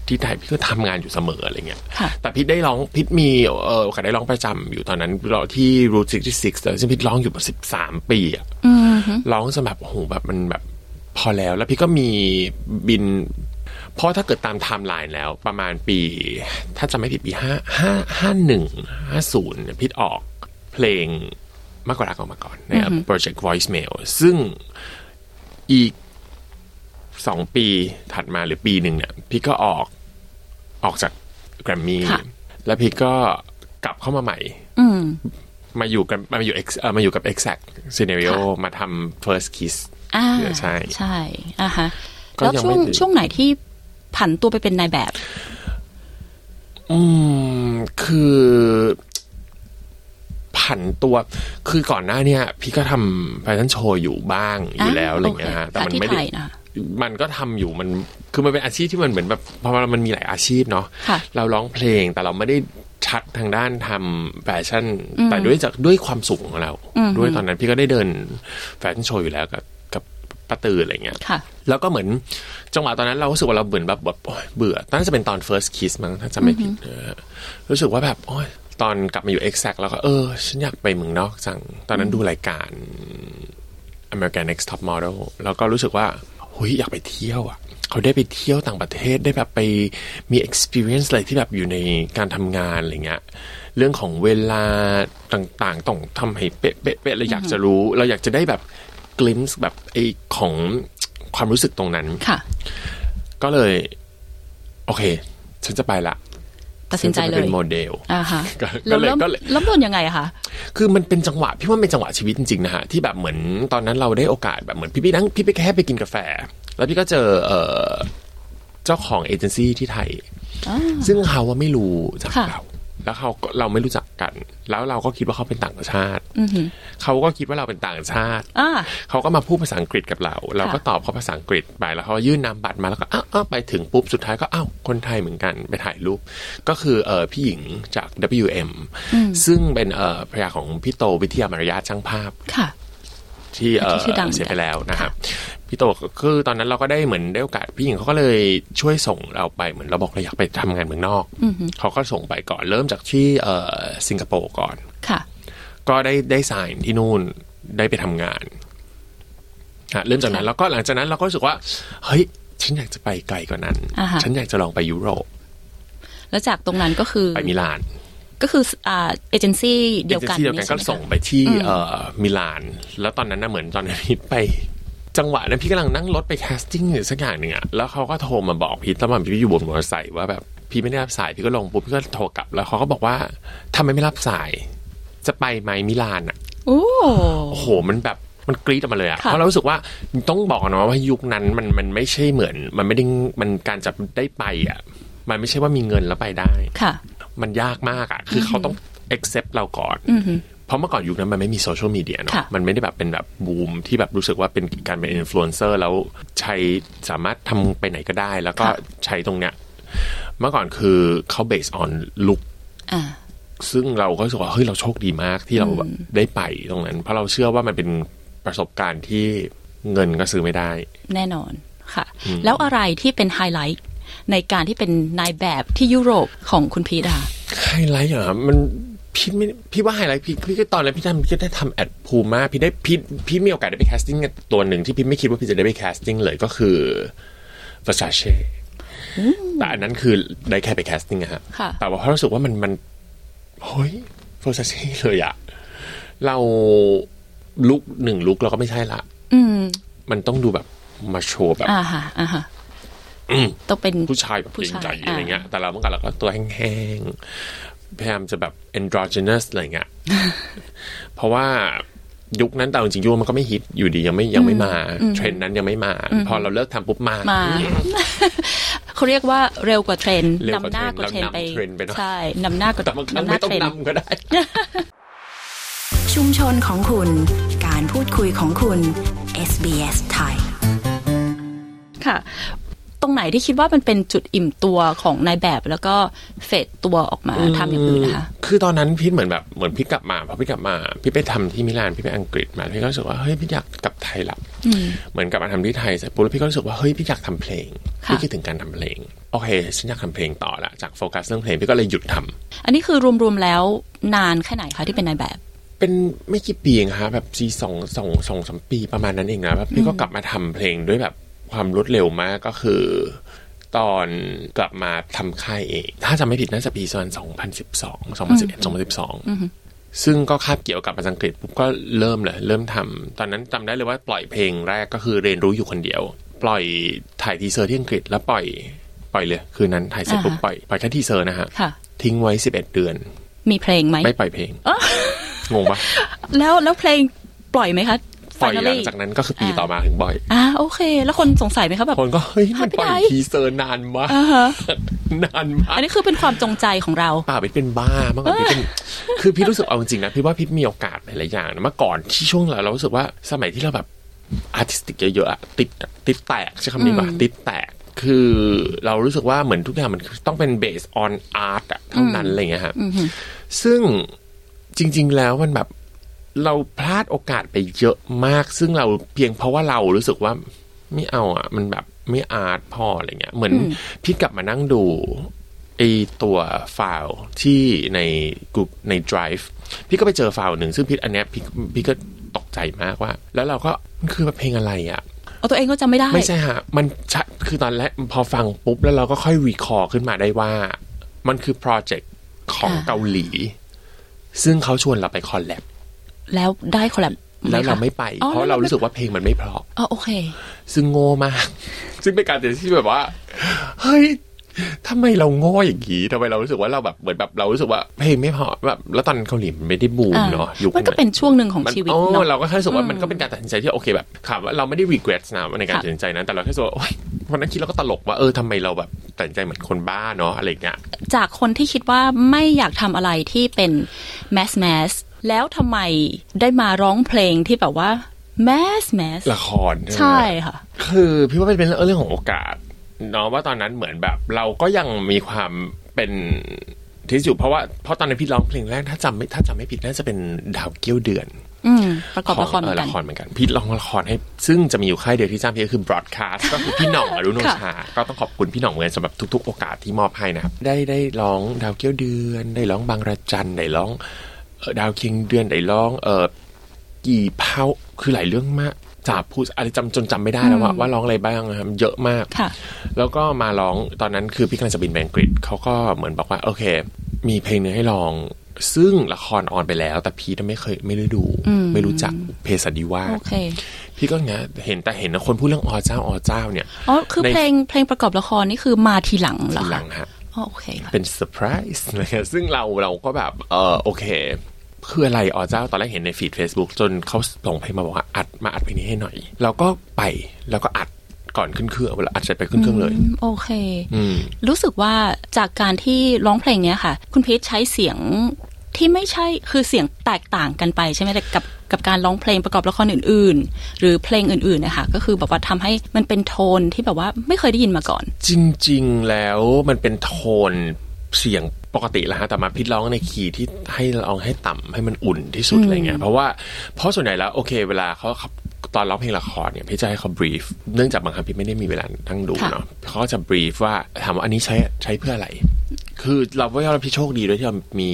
Speaker 3: ที่ไทยพี่ก็ทำงานอยู่เสมออะไรเงี้ย
Speaker 2: ค่ะ
Speaker 3: แต่พี่ได้ร้องพี่มีเอ่อโอกาสได้ร้องประจำอยู่ตอนนั้นเราที่ Route 66ซึ่งพี่ร้องอยู่ประมาณสิบสามปีอะร้องจนแบบโอ้โหแบบมันแบบพอแล้วแล้วพี่ก็มีบิน เพราะถ้าเกิดตามไทม์ไลน์แล้วประมาณปี ถ้าจำไม่ผิดปีห้าห้าห้าหนึ่งห้าศูนย์พิษออกเพลงมากกว่ารักออกมาก่อนนะครับ Project Voicemail ซึ่งอีก สองปีถัดมาหรือปีหนึ่งเนี่ยพี่ก็ออกออกจากแกรมมี่
Speaker 2: ค่ะ
Speaker 3: แล้วพี่ก็กลับเข้ามาใหม่
Speaker 2: อืม
Speaker 3: มาอยู่กับมาอยู่ X เอ่อมาอยู่กับ exact scenario มาทำ first kiss
Speaker 2: อ่า
Speaker 3: ใช่
Speaker 2: ใช่อ่าฮะ
Speaker 3: ก็
Speaker 2: แล้ว
Speaker 3: ยัง
Speaker 2: ช่
Speaker 3: ไม่
Speaker 2: วง
Speaker 3: ถึง
Speaker 2: ช่วงไหนที่ผันตัวไปเป็นนายแบบ
Speaker 3: อืมคือผันตัว คือก่อนหน้าเนี่ย พี่ก็ทำแฟชั่นโชว์อยู่บ้างอยู่แล้วอะไรอย่างเงี้ยฮะ
Speaker 2: โอเค
Speaker 3: แต่มัน
Speaker 2: ค่ะ
Speaker 3: ไม่ได้
Speaker 2: ที่ไทยนะคะ
Speaker 3: มันก็ทำอยู่มันคือมันเป็นอาชีพที่มันเหมือนแบบเพราะว่ามันมีหลายอาชีพเนาะ
Speaker 2: ค่ะ
Speaker 3: เราร้องเพลงแต่เราไม่ได้ชัดทางด้านทำแฟชั่น แต่ด้วยจากด้วยความสุขของเรา ด้วยตอนนั้นพี่ก็ได้เดินแฟชั่นโชว์อยู่แล้วกับกับ ป้าตืออะไรเงี้ย
Speaker 2: ค่ะ
Speaker 3: แล้วก็เหมือนจังหวะตอนนั้นเรารู้สึกว่าเราเหมือนแบบแบบโอ๊ยเบื่อน่าจะเป็นตอน first kiss มั้งถ้าจำไม่ผิดเออรู้สึกว่าแบบโอ๊ยตอนกลับมาอยู่ exact แล้วก็เออ ฉันอยากไปเมืองนอกจัง ตอนนั้นดูรายการ American Next Top Model แล้วก็รู้สึกว่าหุยอยากไปเที่ยวอ่ะ เขาได้ไปเที่ยวต่างประเทศได้แบบไปมี experience อะไรที่แบบอยู่ในการทำงานอะไรเงี้ย เรื่องของเวลาต่างๆ ต้องทำให้เป๊ะๆๆเราอยากจะรู้ เราอยากจะได้แบบกลิมส์แบบไอของความรู้สึกตรงนั้น
Speaker 2: ค่ะ
Speaker 3: ก็เลย โอเค ฉันจะไปละ
Speaker 2: ตัดสินใจ
Speaker 3: ฉัะ
Speaker 2: เล
Speaker 3: ไปเป็
Speaker 2: ย
Speaker 3: นโมเดล
Speaker 2: อ่าฮะ
Speaker 3: ก็
Speaker 2: แล้
Speaker 3: ก็
Speaker 2: ว
Speaker 3: เลย
Speaker 2: เริ่ม
Speaker 3: ก็เลย
Speaker 2: เริ่มต้นยังไงอะคะ
Speaker 3: คือมันเป็นจังหวะพี่ว่ามันเป็นจังหวะชีวิตจริงๆนะฮะที่แบบเหมือนตอนนั้นเราได้โอกาสแบบเหมือนพี่พี่นั่งพี่ไปแค่ไปกินกาแฟ แล้วพี่ก็เจอเอ่อเจ้าของเอเจนซี่ที่ไทย ซึ่งเขาว่าไม่รู้จาก
Speaker 2: ค่ะ
Speaker 3: เราแล้วเขาก็เราไม่รู้จักกัน แล้วเราก็คิดว่าเขาเป็นต่างชาติ
Speaker 2: อือหือ
Speaker 3: เขาก็คิดว่าเราเป็นต่างชาติ
Speaker 2: อ่า
Speaker 3: เขาก็มาพูดภาษาอังกฤษกับเรา เราก็ตอบเขาภาษาอังกฤษไปแล้วเขาก็ยื่นนามบัตรมาแล้วก็อ้าวอ้าวไปถึงปุ๊บสุดท้ายก็อ้าวคนไทยเหมือนกันไปถ่ายรูป ก็คือเออพี่หญิงจาก WM ซึ่งเป็นเออภรรยาของพี่โตวิทยามารยาทช่างภาพ
Speaker 2: ค่ะ
Speaker 3: ที่เออ
Speaker 2: ที่ชื่อดังเหมือนกัน
Speaker 3: เสียไปแล้วนะครับพี่โตก็คือตอนนั้นเราก็ได้เหมือนได้โอกาสพี่หญิงเขาก็เลยช่วยส่งเราไปเหมือนเราบอกเราอยากไปทำงานเมืองนอก
Speaker 2: อือฮึ
Speaker 3: เขาก็ส่งไปก่อนเริ่มจากที่เออสิงคโปร์ก่อน
Speaker 2: ค่ะ
Speaker 3: ก็ได้ได้สายที่นู่นได้ไปทำงานฮะเริ่มจากนั้นแล้วก็หลังจากนั้นเราก็รู้สึกว่า เฮ้ย ฉันอยากจะไปไกลกว่านั้น
Speaker 2: อ่าฮะ
Speaker 3: ฉันอยากจะลองไปยุโรป
Speaker 2: แล้วจากตรงนั้นก็คือ
Speaker 3: ไปมิลาน
Speaker 2: ก็คืออ่าเอเจนซี่เดียวกัน
Speaker 3: ที่เดียวกันก็
Speaker 2: ใช่ไหมคะ
Speaker 3: ส่งไปที่
Speaker 2: อืม
Speaker 3: เอ่อมิลาน แล้วตอนนั้นนะเหมือนตอนนั้นพี่ไป จังหวะนั้นพี่กำลังนั่งรถไปแคสติ้งอยู่สักอย่างหนึ่งอะแล้วเขาก็โทรมาบอกพี่ตอนนั้นพี่อยู่บนมอเตอร์ไซค์ว่าแบบพี่ไม่ได้รับสายพี่ก็ลงปุ๊บพี่ก็โทรกลับ แล้วเขาก็บอกว่าทำไมไม่รับสาย จะไปไหมมิลานอะ
Speaker 2: โอ้
Speaker 3: โอ้โห มันแบบ มันกรี๊ดออกมาเลยอะ
Speaker 2: ค่ะ
Speaker 3: เพราะเรารู้สึกว่า ต้องบอกนะว่ายุคนั้นมัน มันไม่ใช่เหมือน มันไม่ได้ มันการจะได้ไปอะมันไม่ใช่ว่ามีเงินแล้วไปได้
Speaker 2: ค่ะ
Speaker 3: มันยากมากอะคือเขาต้อง accept เราก่อน
Speaker 2: อือหือ
Speaker 3: เพราะเมื่อก่อนยุคนั้นมันไม่มีโซเชียลมีเดียเนาะ
Speaker 2: ค่ะ
Speaker 3: มันไม่ได้แบบเป็นแบบบูมที่แบบรู้สึกว่าเป็นการเป็นอินฟลูเอนเซอร์แล้วใช้สามารถทำไปไหนก็ได้ แล้วก็ใช้ตรงเนี้ย เมื่อก่อนคือเขา based on look
Speaker 2: อ่า
Speaker 3: ซึ่งเราก็รู้สึกว่าเฮ้ยเราโชคดีมากที่เราแบบได้ไปตรงนั้น เพราะเราเชื่อว่ามันเป็นประสบการณ์ที่เงินก็ซื้อไม่ได้
Speaker 2: แน่นอนค่ะ แล้วอะไรที่เป็นไฮไลท์ในการที่เป็นนายแบบที่ยุโรปของคุณพีดา
Speaker 3: ไฮไลท์เหรอมันพี่ไม่พี่ว่าไฮไลท์พี่พี่ก็ตอนแรกพี่ทำพี่ก็ได้ทำแอดภูมิมาพี่ได้พี่พี่มีโอกาสได้ไปแคสติ้งตัวหนึ่งที่พี่ไม่คิดว่าพี่จะได้ไปแคสติ้งเลยก็คือ Versace แต่อันนั้นคือได้แค่ไปแคสติ้งอะฮะ
Speaker 2: ค่ะ
Speaker 3: แต่ว่าเพราะรู้สึกว่ามันมันเฮ้ย Versace เลยอะเราลุกหนึ่งลุกเราก็ไม่ใช่ละ
Speaker 2: อืม
Speaker 3: มันต้องดูแบบมาโชว์แบบ
Speaker 2: อ่าฮะอ่าฮะ
Speaker 3: อืม
Speaker 2: ต้องเป็น
Speaker 3: ผู้ชายแบบเกรงใจ
Speaker 2: ผู้ชาย
Speaker 3: อะไรเงี้ย
Speaker 2: อ่า
Speaker 3: แต่เราเมื่อก่อนเราก็ตัวแห้งๆ พยายามจะแบบ androgynous อะไร เงี้ย เพราะว่ายุคนั้นแต่เอาจริงๆยุคมันก็ไม่ฮิตอยู่ดียังไม่ยังไม่มา เทรนด์นั้นยังไม่มา พอเราเลิกทำปุ๊บมา
Speaker 2: มา เขาเรียกว่าเร็วกว่าเทรนด์
Speaker 3: เร็วก
Speaker 2: ำ
Speaker 3: ว่าน
Speaker 2: หน้ากว่าเทรนด์
Speaker 3: เทรนด์เรานำเทรนด์ไปเนอะ
Speaker 2: ใช่นำหน้ากว่า
Speaker 3: แต่บางครั้ง
Speaker 2: นำหน้า
Speaker 3: ไม่ต้อง
Speaker 2: เทรนด์
Speaker 3: นำก็ได้
Speaker 1: ชุมชนของคุณ การพูดคุยของคุณ SBS ไทย
Speaker 2: ค่ะ ตรงไหนที่คิดว่ามันเป็นจุดอิ่มตัวของนายแบบแล้วก็เฟดตัวออกมาทำอย่างอื่นนะคะ
Speaker 3: คือตอนนั้นพี่เหมือนแบบเหมือนพี่กลับมาพอพี่กลับมา พี่ไปทำที่มิลานพี่ไปอังกฤษมาพี่ก็รู้สึกว่าเฮ้ยพี่อยากกลับไทยละเหมือนกลับมาทำที่ไทยเสร็จปุ๊บแล้วพี่ก็รู้สึกว่าเฮ้ยพี่อยากทำเพลง
Speaker 2: ค่ะ
Speaker 3: พี่คิดถึงการทำเพลงโอเคฉันอยากทำเพลงต่อละจากโฟกัสเรื่องเพลงพี่ก็เลยหยุดทำ
Speaker 2: อันนี้คือรวมๆแล้วนานแค่ไหนคะที่เป็นนายแบบ
Speaker 3: เป็นไม่กี่ปีเองฮะแบบซีสองสองสองสามปีประมาณนั้นเองนะแบบพี่ก็กลับมาทำเพลงด้วยแบบความรวดเร็วมากก็คือ ตอนกลับมาทำค่ายเอง ถ้าจำไม่ผิดน่าจะปีประมาณ2012 2011 2012 ซึ่งก็คาบเกี่ยวกับภาษาอังกฤษปุ๊บก็เริ่มเลย เริ่มทำตอนนั้นจำได้เลยว่าปล่อยเพลงแรกก็คือเรียนรู้อยู่คนเดียว ปล่อยถ่ายทีเซอร์ที่อังกฤษแล้วปล่อยปล่อยเลยคืนนั้นถ่ายเสร็จปุ๊บ
Speaker 2: อ่าฮะ
Speaker 3: ปล่อยปล่อยแค่ทีเซอร์นะฮะ
Speaker 2: ค่ะ
Speaker 3: ทิ้งไว้ 11 เดือน
Speaker 2: มีเพลงไหม
Speaker 3: ไม่ปล่อยเพลงงงปะ
Speaker 2: แล้วแล้วเพลงปล่อยไหมคะ
Speaker 3: ปล่อยหลัง
Speaker 2: Finally
Speaker 3: จากนั้นก็คือปี
Speaker 2: อ่า
Speaker 3: ต่อมาถึงปล่อย
Speaker 2: อ่าโอเค แล้วคนสงสัยไหมคะแบบ
Speaker 3: คนก็เฮ้ยมันปล่อย
Speaker 2: หายไปไหน
Speaker 3: ทีเซอร์นานมาก
Speaker 2: อ่าฮะ
Speaker 3: นานมา
Speaker 2: อั
Speaker 3: ก
Speaker 2: นนี้คือเป็นความจงใจของเรา
Speaker 3: ป่าพิทเป็นบ้ามากกว่าพิทเป็น คือพี่รู้สึกเอาจริงๆนะพี่ว่าพิทมีโอกาสหลายๆอย่างนะเมื่อก่อนที่ช่วงเราเรารู้สึกว่าสมัยที่เราแบบอาร์ติสติกเยอะๆอะติดติดแตกใช้คำนี้ป่ะติดแตก คือเรารู้สึกว่าเหมือนทุกอย่างมันต้องเป็นเบสออนอาร์ตเท่านั้นอะไรอย่างเงี้ยฮะซึ่งจริง ๆ แล้วมันแบบ เราพลาดโอกาสไปเยอะมาก ซึ่งเราเพียงเพราะว่าเรารู้สึกว่าไม่เอาอ่ะ มันแบบไม่อาร์ตพออะไรเงี้ย เหมือนพี่กลับมานั่งดูไอตัวไฟล์ที่ในกูใน Drive พี่ก็ไปเจอไฟล์หนึ่งซึ่งพี่อันเนี้ยพี่พี่ก็ตกใจมากว่า แล้วเราก็มันคือเพลงอะไรอ่ะ
Speaker 2: เอาตัวเองก็จำไม่ได้
Speaker 3: ไม่ใช่ฮะ มันชะคือตอนแรกพอฟังปุ๊บ แล้วเราก็ค่อยรีคอร์ขึ้นมาได้ว่า มันคือโปรเจกต์ของ
Speaker 2: อ่า
Speaker 3: เกาหลี ซึ่งเขาชวนเราไปคอลแลบ
Speaker 2: แล้วได้คอลแลบห
Speaker 3: แล้วเรา
Speaker 2: คะ
Speaker 3: ไม่ไป
Speaker 2: อ๋อ
Speaker 3: เพราะเรารู้สึกว่าเพลงมันไม่เพราะ
Speaker 2: อ๋อโอเค
Speaker 3: ซึ่งโง่มาก ซึ่งเป็นการตัดสินใจที่แบบว่า เฮ้ยทำไมเราโง่อย่างนี้ทำไมเรารู้สึกว่าเราแบบเหมือนแบบเรารู้สึกว่าเพลงไม่เพราะแบบแล้วตอนเกาหลีมันไม่ได้บูม
Speaker 2: อ่า
Speaker 3: เนาะยุค
Speaker 2: มันก็
Speaker 3: นั้น
Speaker 2: เป็นช่วงหนึ่งของชีวิต
Speaker 3: โอ้
Speaker 2: เนาะ
Speaker 3: เราก็แค่รู้สึกว่ามัน
Speaker 2: อืม
Speaker 3: ก็เป็นการตัดสินใจที่โอเคแบบถามว่าเราไม่ได้ regret นะในการ
Speaker 2: ค่ะ
Speaker 3: ตัดสินใจนั้น แต่เราแค่รู้สึกว่าโอ๊ยวันนั้นคิดแล้วก็ตลกว่าเออทำไมเราแบบตัดสินใจเหมือนคนบ้าเนาะอะไรอย่างเงี้ย
Speaker 2: จากคนที่คิดว่าไม่อยากทำอะไรที่เป็นแมสแมสแล้วทำไมได้มาร้องเพลงที่แบบว่าแมสแมส
Speaker 3: ละคร
Speaker 2: ใช่
Speaker 3: ไหม
Speaker 2: ค่ะ
Speaker 3: คือพี่ว่าเป็นเรื่องของโอกาสเนาะว่าตอนนั้นเหมือนแบบ เราก็ยังมีความเป็นที่อยู่เพราะว่าเพราะตอนนั้นพี่ร้องเพลงแรกถ้าจำไม่ถ้าจำไม่ผิดน่าจะเป็นดาวเกี้ยวเดือน
Speaker 2: อืมประกอบละคร
Speaker 3: ข
Speaker 2: เห
Speaker 3: อ
Speaker 2: มื
Speaker 3: งเอ
Speaker 2: อ
Speaker 3: อน
Speaker 2: กั
Speaker 3: ละ
Speaker 2: น
Speaker 3: ครเหมือนกันพี่ร้องละครให้ ซึ่งจะมีอยู่ค่ายเดียวที่จ้างพี่ก็คือ broadcast ก็คือพี่หน่องอรุณโอชา ก็ต้องขอบคุณพี่หน่องเวนสำหรับทุก ๆ โอกาสที่มอบให้นะครับได้ได้ร้องดาวเกี้ยวเดือน ได้ร้องบางระจันได้ร้องเอ่อดาวเคียงเดือนได้ร้องเออ กี่เผาคือหลายเรื่องมากจาพูดอะไรจำจนจำไม่ได้แล้วว่าว่าร้องอะไรบ้างนะครับเยอะมาก
Speaker 2: ค่ะ
Speaker 3: แล้วก็มาร้องตอนนั้นคือพี่กำลังจะบินไปอังกฤษเขาก็เหมือนบอกว่า โอเค มีเพลงหนึงให้ลอง ซึ่งละครออนไปแล้ว แต่พี่ไม่เคยไม่ได้ดู ไม่รู้จักเพศสันดีว่าส
Speaker 2: โอเค
Speaker 3: พี่ก็เงี้ยเห็นแต่เห็นนะคนพูดเรื่องอเจ้าอเจ้าเนี่ย
Speaker 2: อ๋อคือ
Speaker 3: ใน
Speaker 2: เพลงเพลงประกอบละครนี่คือมาทีหลังเหรอ
Speaker 3: หลั
Speaker 2: คะ
Speaker 3: งฮะ
Speaker 2: อ๋อโอเคค่ะ
Speaker 3: เป็นเซอร์ไพรส์นะครับซึ่งเราเราก็แบบ เออโอเค คืออะไรอ๋อเจ้าตอนแรกเห็นในฟีด Facebook จนเขาส่งเพลงมาบอกว่าอัดมาอัดเพลงนี้ให้หน่อย เราก็ไปแล้วก็อัดก่อนขึ้นเครื่องเราอัดเสร็จไปขึ้นเครื่องเลย
Speaker 2: โอเค
Speaker 3: อืม
Speaker 2: รู้สึกว่าจากการที่ร้องเพลงเนี้ยค่ะ คุณพีชใช้เสียงที่ไม่ใช่คือเสียงแตกต่างกันไปใช่ไหมแต่กับกับการร้องเพลงประกอบละครอื่น ๆ หรือเพลงอื่นๆนะคะก็คือแบบว่าทำให้มันเป็นโทนที่แบบว่าไม่เคยได้ยินมาก่อน
Speaker 3: จริงๆแล้วมันเป็นโทนเสียงปกติแหละฮะแต่มาพิดร้องในคีย์ที่ให้ร้องให้ต่ำให้มันอุ่นที่สุดอะไรเงี้ยเพราะว่าเพราะส่วนใหญ่แล้วโอเค เวลาเขาเขาตอนร้องเพลงละครเนี่ยพี่จะให้เขา brief เนื่องจากบางครั้งพี่ไม่ได้มีเวลาทั้งดู
Speaker 2: ค่ะ
Speaker 3: เนาะเขาก็จะ brief ว่าถามว่าอันนี้ใช้ใช้เพื่ออะไร คือเราก็ยอมรับพี่โชคดีด้วยที่เรามี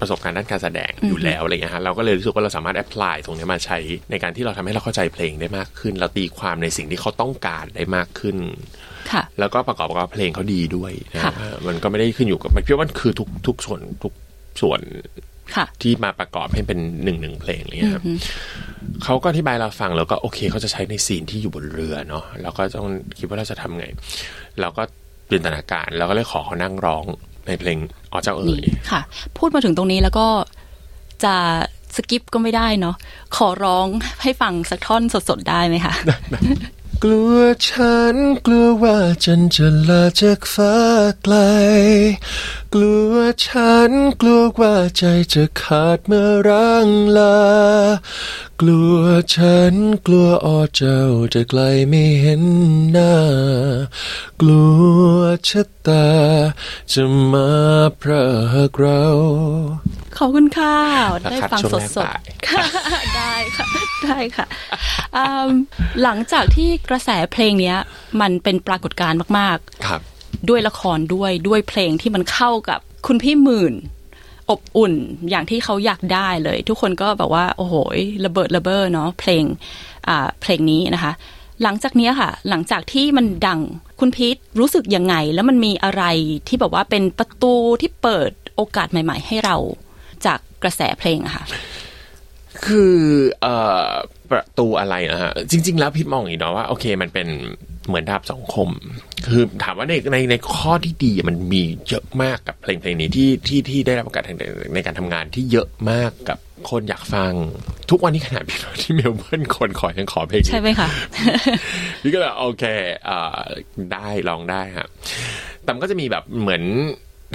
Speaker 3: ประสบการณ์ด้านการแสดงอยู่แล้วอะไรเงี้ยฮะเราก็เลยรู้สึกว่าเราสามารถแอพพลายตรงเนี้ยมาใช้ในการที่เราทำให้เราเข้าใจเพลงได้มากขึ้น เราตีความในสิ่งที่เขาต้องการได้มากขึ้น
Speaker 2: ค่ะ
Speaker 3: แล้วก็ประกอบกับเพลงเขาดีด้วยนะ
Speaker 2: ค่ะ
Speaker 3: ว่ามันก็ไม่ได้ขึ้นอยู่กับพี่ว่ามันคือทุกทุกส่วนทุกส่วน
Speaker 2: ค่ะ
Speaker 3: ที่มาประกอบให้เป็นหนึ่งหนึ่งเพลงอะไรเงี้ยครับเขาก็อธิบายเราฟังแล้วก็โอเคเขาจะใช้ในซีนที่อยู่บนเรือเนาะเราก็ต้องคิดว่าเราจะทำไง เราก็จินตนาการเราก็เลยขอเขานั่งร้องในเพลงอ๋อเจ้าเอ๋ย
Speaker 2: ค่ะ พูดมาถึงตรงนี้แล้วก็จะสกิปก็ไม่ได้เนาะขอร้องให้ฟังสักท่อนสดๆได้ไหมคะ
Speaker 3: กลัวฉันกลัวว่าฉันจะลาจากฟ้าไกล กลัวฉันกลัวว่าใจจะขาดเมื่อร่างลา กลัวฉันกลัวออเจ้าจะไกลไม่เห็นหน้า กลัวชะตาจะมาพรากเรา
Speaker 2: ขอบคุณค่ะ ได้
Speaker 3: นะครับ
Speaker 2: ฟัง
Speaker 3: ช่วงแรก
Speaker 2: สด
Speaker 3: บ่าย
Speaker 2: ๆค่ะ ได้ค่ะ ได้ค่ะอืมหลังจากที่กระแสเพลงเนี้ย มันเป็นปรากฏการณ์มาก
Speaker 3: ครับ
Speaker 2: ๆ ด้วยละครด้วยด้วยเพลงที่มันเข้ากับคุณพี่หมื่น อบอุ่นอย่างที่เขาอยากได้เลย ทุกคนก็แบบว่า โอ้โหระเบิดระเบ้อเนาะเพลงอ่าเพลงนี้นะคะ หลังจากเนี้ยค่ะ หลังจากที่มันดังคุณพีทรู้สึกยังไง แล้วมันมีอะไรที่แบบว่าเป็นประตูที่เปิดโอกาสใหม่ ๆ ให้เราจากกระแสเพลงอะค่ะ
Speaker 3: คือเอ่อประตูอะไรนะฮะจริง ๆ แล้วพี่มองอย่างนี้เนาะว่าโอเคมันเป็นเหมือนดาบสองคม คือถามว่าในในในข้อที่ดีมันมีเยอะมากกับเพลงเพลงนี้ที่ที่ที่ได้รับโอกาสทางในการทำงานที่เยอะมากกับคนอยากฟัง ทุกวันนี้ขนาดพี่ น้อยที่เมลเบิร์นคนขอยังขอเพลงนี้
Speaker 2: ใช่ไหมคะ
Speaker 3: พี่ก็แบบโอเคเอ่อได้ลองได้ฮะแต่มันก็จะมีแบบเหมือน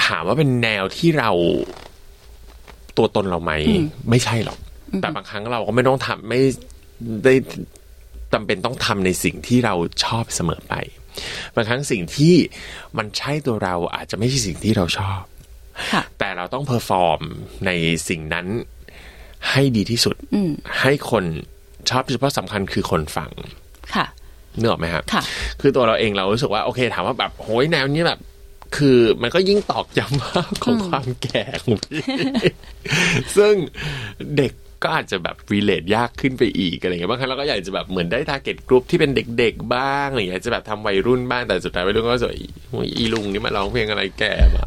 Speaker 3: ถามว่าเป็นแนวที่เราตัวตนเราไหม ไม่ใช่หรอก แต่บางครั้งเราก็ไม่ต้องทำไม่ได้จำเป็นต้องทำในสิ่งที่เราชอบเสมอไป บางครั้งสิ่งที่มันใช่ตัวเราอาจจะไม่ใช่สิ่งที่เราชอบ
Speaker 2: ค่ะ
Speaker 3: แต่เราต้องเพอร์ฟอร์มในสิ่งนั้น ให้ดีที่สุด
Speaker 2: อืม
Speaker 3: ให้คนชอบเฉพาะสำคัญคือคนฟัง
Speaker 2: ค่ะ
Speaker 3: นึกออกไหมครับ
Speaker 2: ค่ะ
Speaker 3: คือตัวเราเองเรารู้สึกว่าโอเคถามว่าแบบโหยแนวนี้แบบ คือมันก็ยิ่งตอกย้ำภาพของความแก่ของพี่ ซึ่งเด็กก็อาจจะแบบรีเลทยากขึ้นไปอีกอะไรเงี้ยบางครั้งเราก็อยากจะแบบเหมือนได้ทาร์เก็ตกลุ่มที่เป็นเด็กๆบ้างอะไรเงี้ยจะแบบทำวัยรุ่นบ้างแต่สุดท้ายวัยรุ่นก็รู้สกวยโอ้ยอีลุงนี่มาร้องเพลงอะไรแก่มา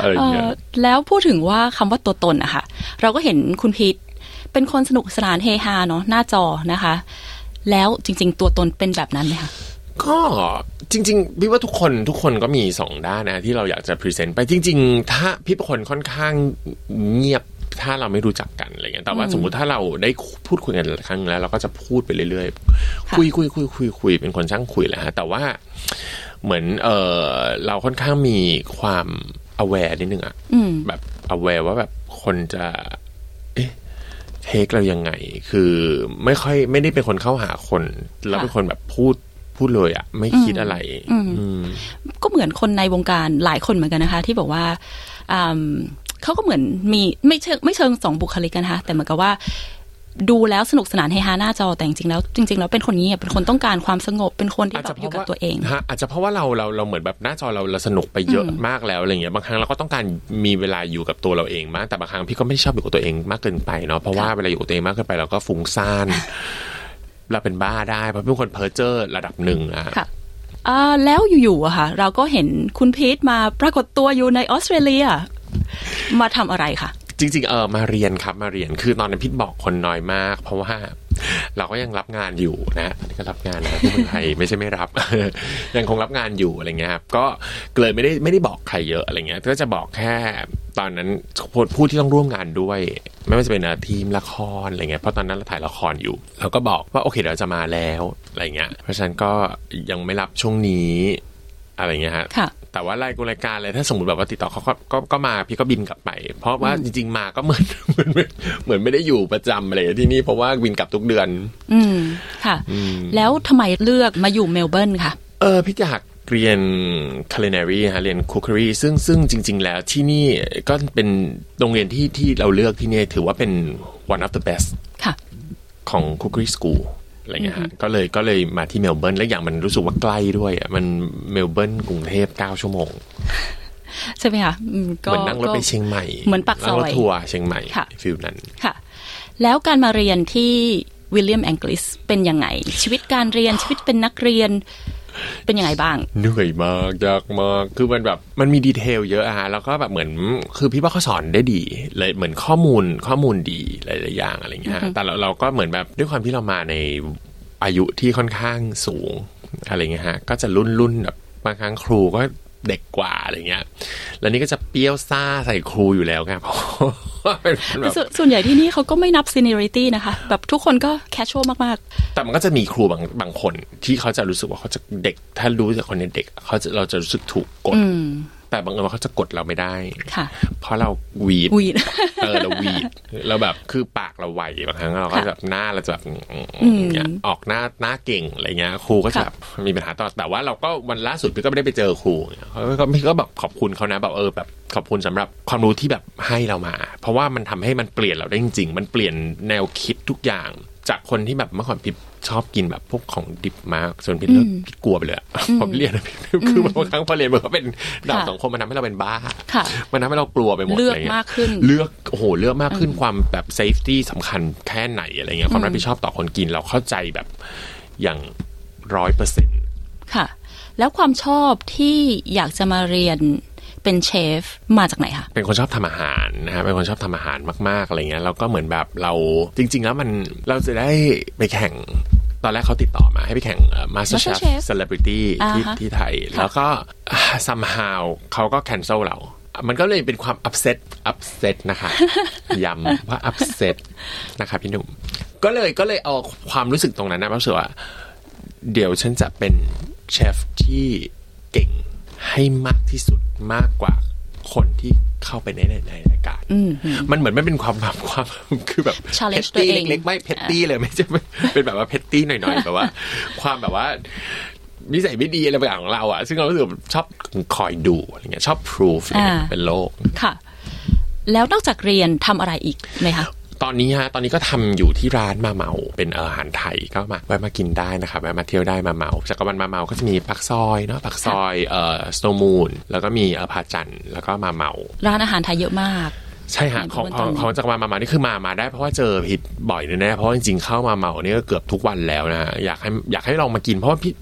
Speaker 3: อะไร
Speaker 2: เอ่
Speaker 3: เงี้ย
Speaker 2: อแล้วพูดถึงว่าคำว่าตัวตนอะค่ะ เราก็เห็นคุณพีทเป็นคนสนุกสนานเฮฮาเนาะหน้าจอนะคะ แล้วจริง ๆ ตัวตนเป็นแบบนั้นไหมคะ
Speaker 3: ก็จริงๆพี่ว่าทุกคนทุกคนก็มีสองด้านนะที่เราอยากจะพรีเซนต์ไปจริง ๆ ถ้าพี่เป็นคนค่อนข้างเงียบถ้าเราไม่รู้จักกันอะไรเงี้ยแต่ว่าสมมุติถ้าเราได้พูดคุยกันครั้งหนึ่งแล้วเราก็จะพูดไปเรื่อยๆ
Speaker 2: ค่ะ
Speaker 3: คุยคุยคุยคุยคุยเป็นคนช่างคุยแหละฮะแต่ว่าเหมือนเออเราค่อนข้างมีความ aware นิดนึงอะ
Speaker 2: อืม
Speaker 3: แบบ aware ว่าแบบคนจะ เอ๊ะเทคเรายังไง คือไม่ค่อยไม่ได้เป็นคนเข้าหาคน แล้ว
Speaker 2: ค่ะ
Speaker 3: เป็นคนแบบพูดพูดเลยอะไม่คิดอะไร อืม
Speaker 2: ก็เหมือนคนในวงการหลายคนเหมือนกันนะคะ ที่บอกว่าอืมเขาก็เหมือนมีไม่เชิงไม่เชิงสองบุคลิกกันนะคะแต่เหมือนกับว่า ดูแล้วสนุกสนานเฮฮาหน้าจอแต่จริงๆแล้ว จริงๆแล้วเป็นคนเงียบเป็นคนต้องการความสงบเป็นคนที่แบบอยู่กับตัวเอง
Speaker 3: ฮะอาจจะเพราะว่าเราเราเราเหมือนแบบหน้าจอเราเราสนุกไปเยอะมากแล้วอะไรเงี้ยบางครั้งเราก็ต้องการมีเวลาอยู่กับตัวเราเองมากแต่บางครั้งพี่ก็ไม่ได้ชอบอยู่กับตัวเองมากเกินไปเนาะเพราะว่าเวลาอยู่กับตัวเองมากเกินไปเราก็ฟุ้ง ซ่านเราเป็นบ้าได้เพราะเป็นคนเพ้อเจ้อระดับหนึ่งนะฮะ
Speaker 2: ค่ะอ่าแล้วอยู่ๆอะค่ะ เราก็เห็นคุณพีทมาปรากฏตัวอยู่ในออสเตรเลีย มาทำอะไรคะ
Speaker 3: จริงๆ เออมาเรียนครับมาเรียนคือตอนนั้นพี่บอกคนน้อยมาก เพราะว่าเราก็ยังรับงานอยู่นะนี่ก็รับงานนะที่เมืองไทย ไม่ใช่ไม่รับ ยังคงรับงานอยู่อะไรเงี้ยครับก็เลยไม่ได้ไม่ได้บอกใครเยอะอะไรเงี้ยก็จะบอกแค่ตอนนั้นพูดผู้ที่ต้องร่วมงานด้วย ไม่ว่าจะเป็นเอ่อทีมละครอะไรเงี้ยเพราะตอนนั้นเราถ่ายละครอยู่เราก็บอกว่าโอเคเดี๋ยวจะมาแล้วอะไรเงี้ยเพราะฉะนั้นก็ยังไม่รับช่วงนี้อะไรเงี้ยฮะ
Speaker 2: ค่ะ
Speaker 3: แต่ว่ารายการรายการอะไรถ้าสมมติแบบว่าติดต่อเขาก็ก็ก็มาพี่ก็บินกลับไป เพราะว่าจริง ๆ มาก็เหมือน เหมือนเหมือนไม่ได้อยู่ประจำอะไรอย่างที่นี่เพราะว่าบินกลับทุกเดือน
Speaker 2: อืม ค่ะ แล้วทำไมเลือกมาอยู่เมลเบิร์นคะ
Speaker 3: เออพี่อยากเรียน culinary ฮะเรียน cookery ซึ่งซึ่งจริง ๆ แล้วที่นี่ก็เป็นโรงเรียนที่ที่เราเลือกที่นี่ถือว่าเป็น one of the best
Speaker 2: ค่ะ
Speaker 3: ของ cookery school อะไรเงี้ยฮะก็เลยก็เลยมาที่เมลเบิร์นและอย่างมันรู้สึกว่าใกล้ด้วยอ่ะมันเมลเบิร์นกรุงเทพ9ชั่วโมง
Speaker 2: ใช่ไหมคะอืม
Speaker 3: เหมือนนั่งรถไปเชียงใหม่
Speaker 2: เหมือนปากซอย
Speaker 3: งรถทัวร์เชียงใหม่
Speaker 2: ค่ะ
Speaker 3: ฟิลนั้น
Speaker 2: ค่ะ แล้วการมาเรียนที่วิลเลียมแองกลิสเป็นยังไง ชีวิตการเรียนชีวิตเป็นนักเรียน เป็นยังไงบ้าง
Speaker 3: เหนื่อยมากยากมากคือมันแบบมันมีดีเทลเยอะอะฮะแล้วก็แบบเหมือนคือพี่ว่าเขาสอนได้ดีเลยเหมือนข้อมูลข้อมูลดีหลายๆอย่างอะไรอย่างเงี้ยฮะแต่เราเราก็เหมือนแบบด้วยความที่เรามาในอายุที่ค่อนข้างสูงอะไรเงี้ยฮะก็จะรุ่นรุ่นๆแบบบางครั้งครูก็เด็กกว่าอะไรเงี้ย แล้วนี่ก็จะเปรี้ยวซ่าใส่ครูอยู่แล้วไง เพราะว่าเป็นแบบ
Speaker 2: สส่วนใหญ่ที่นี่เขาก็ไม่นับซีเนอริตี้นะคะ แบบทุกคนก็แคชชวลมาก
Speaker 3: แต่มันก็จะมีครูบางบางคนที่เขาจะรู้สึกว่าเขาจะเด็ก ถ้ารู้จากคนเนี้ยเด็กเขาจะเราจะรู้สึกถูกก
Speaker 2: ๆ
Speaker 3: ด
Speaker 2: อืม
Speaker 3: แต่บางเอิญว่าเขาจะกดเราไม่ได้
Speaker 2: ค่ะ
Speaker 3: เพราะเราหวีด
Speaker 2: วีด
Speaker 3: เออเราหวีดเราแบบคือปากเราไวบางครั้งเราก็
Speaker 2: ค่ะ
Speaker 3: แบบหน้าเราจะแบบ
Speaker 2: อืม
Speaker 3: เงี้ยออกหน้าหน้าเก่งอะไรเงี้ยครูก็จะ
Speaker 2: ค่ะ
Speaker 3: แบบมีปัญหาตลอดแต่ว่าเราก็วันล่าสุดพี่ก็ไม่ได้ไปเจอครูเนี่ยเขาก็พี่ก็แบบขอบคุณเขานะแบบเออแบบขอบคุณสำหรับความรู้ที่แบบให้เรามา เพราะว่ามันทำให้มันเปลี่ยนเราได้จริงๆมันเปลี่ยนแนวคิดทุกอย่าง จากคนที่แบบเมื่อก่อนพี่ชอบกินแบบพวกของดิบมากส่วนพี่เลิกพี่กลัวไปเลยอะ ผมเรียนนะพี่คือบางครั้งพอเรียนมันก็เป็นดาวสองคมมันทำให้เราเป็นบ้า
Speaker 2: ค่ะ
Speaker 3: มันทำให้เรากลัวไปหม
Speaker 2: เลือก
Speaker 3: ดะไรงี้ย
Speaker 2: มากขึ้น
Speaker 3: เลือกโอ้โหเลือกมากขึ้นความแบบ safety สำคัญแค่ไหนอะไรเงี้ยความรับผิดชอบต่อคนกินเราเข้าใจแบบอย่างร้อยเปอร์เซ็นต์
Speaker 2: ค่ะ แล้วความชอบที่อยากจะมาเรียนเป็นเชฟมาจากไหนคะ
Speaker 3: เป็นคนชอบทำอาหารนะฮะเป็นคนชอบทำอาหารมากๆอะไรเงี้ยเราก็เหมือนแบบเราจริง ๆ แล้วมันเราจะได้ไปแข่งตอนแรกเขาติดต่อมาให้ไปแข่ง Master Chef
Speaker 2: MasterChef
Speaker 3: Celebrity ที่
Speaker 2: อ่าฮะ
Speaker 3: ที่ไทย แล้วก็ somehow เขาก็ cancel เรา มันก็เลยเป็นความ upset upset นะคะ ย้ำว่า upset นะคะพี่หนุ่ม ก็เลยก็เลยเอาความรู้สึกตรงนั้นนะรู้สึกว่า เดี๋ยวฉันจะเป็นเชฟที่เก่งให้มากที่สุดมากกว่าคนที่เข้าไปในในในรายการมันเหมือนไม่เป็นความแบบความคือแบบ
Speaker 2: Challenge
Speaker 3: พตตี้
Speaker 2: ตัวเอง
Speaker 3: เล็กๆไม่เพตตี้เลยไม่ใช่ไม่เป็นแบบว่าเพตตี้หน่อยๆแบบว่า ความแบบว่า นิสัยไม่ดีอะไรบางอย่างของเราอะซึ่งเรารู้สึกชอบคอยดูอะไรเงี้ยชอบ proof อะไรเงี้ย
Speaker 2: อ่า
Speaker 3: เป็นโลก
Speaker 2: ค่ะ แล้วนอกจากเรียนทำอะไรอีกไหมคะ
Speaker 3: ตอนนี้ฮะตอนนี้ก็ทำอยู่ที่ร้านมาเมาเป็นอาหารไทยก็มาแวะมากินได้นะครับแวะมาเที่ยวได้มาเมาจากวันมาเมาก็จะมีปักซอยเนาะปักซอยเอ่อสโตมูนแล้วก็มีเอ่อพาจันทร์แล้วก็มาเมา
Speaker 2: ร้านอาหารไทยเยอะมาก
Speaker 3: ใช่ฮะ
Speaker 2: เห็น
Speaker 3: ของ
Speaker 2: เป็น
Speaker 3: ขอ
Speaker 2: ตอ
Speaker 3: ง
Speaker 2: นนี้
Speaker 3: ของจากรวาลมามานี่คือมามาได้เพราะว่าเจอผิดบ่อยแน่ๆเพราะว่าจริงๆเข้ามาเหมาเนี่ยก็เกือบทุกวันแล้วนะฮะอยากให้อยากให้ลองมากินเพราะว่าพิษ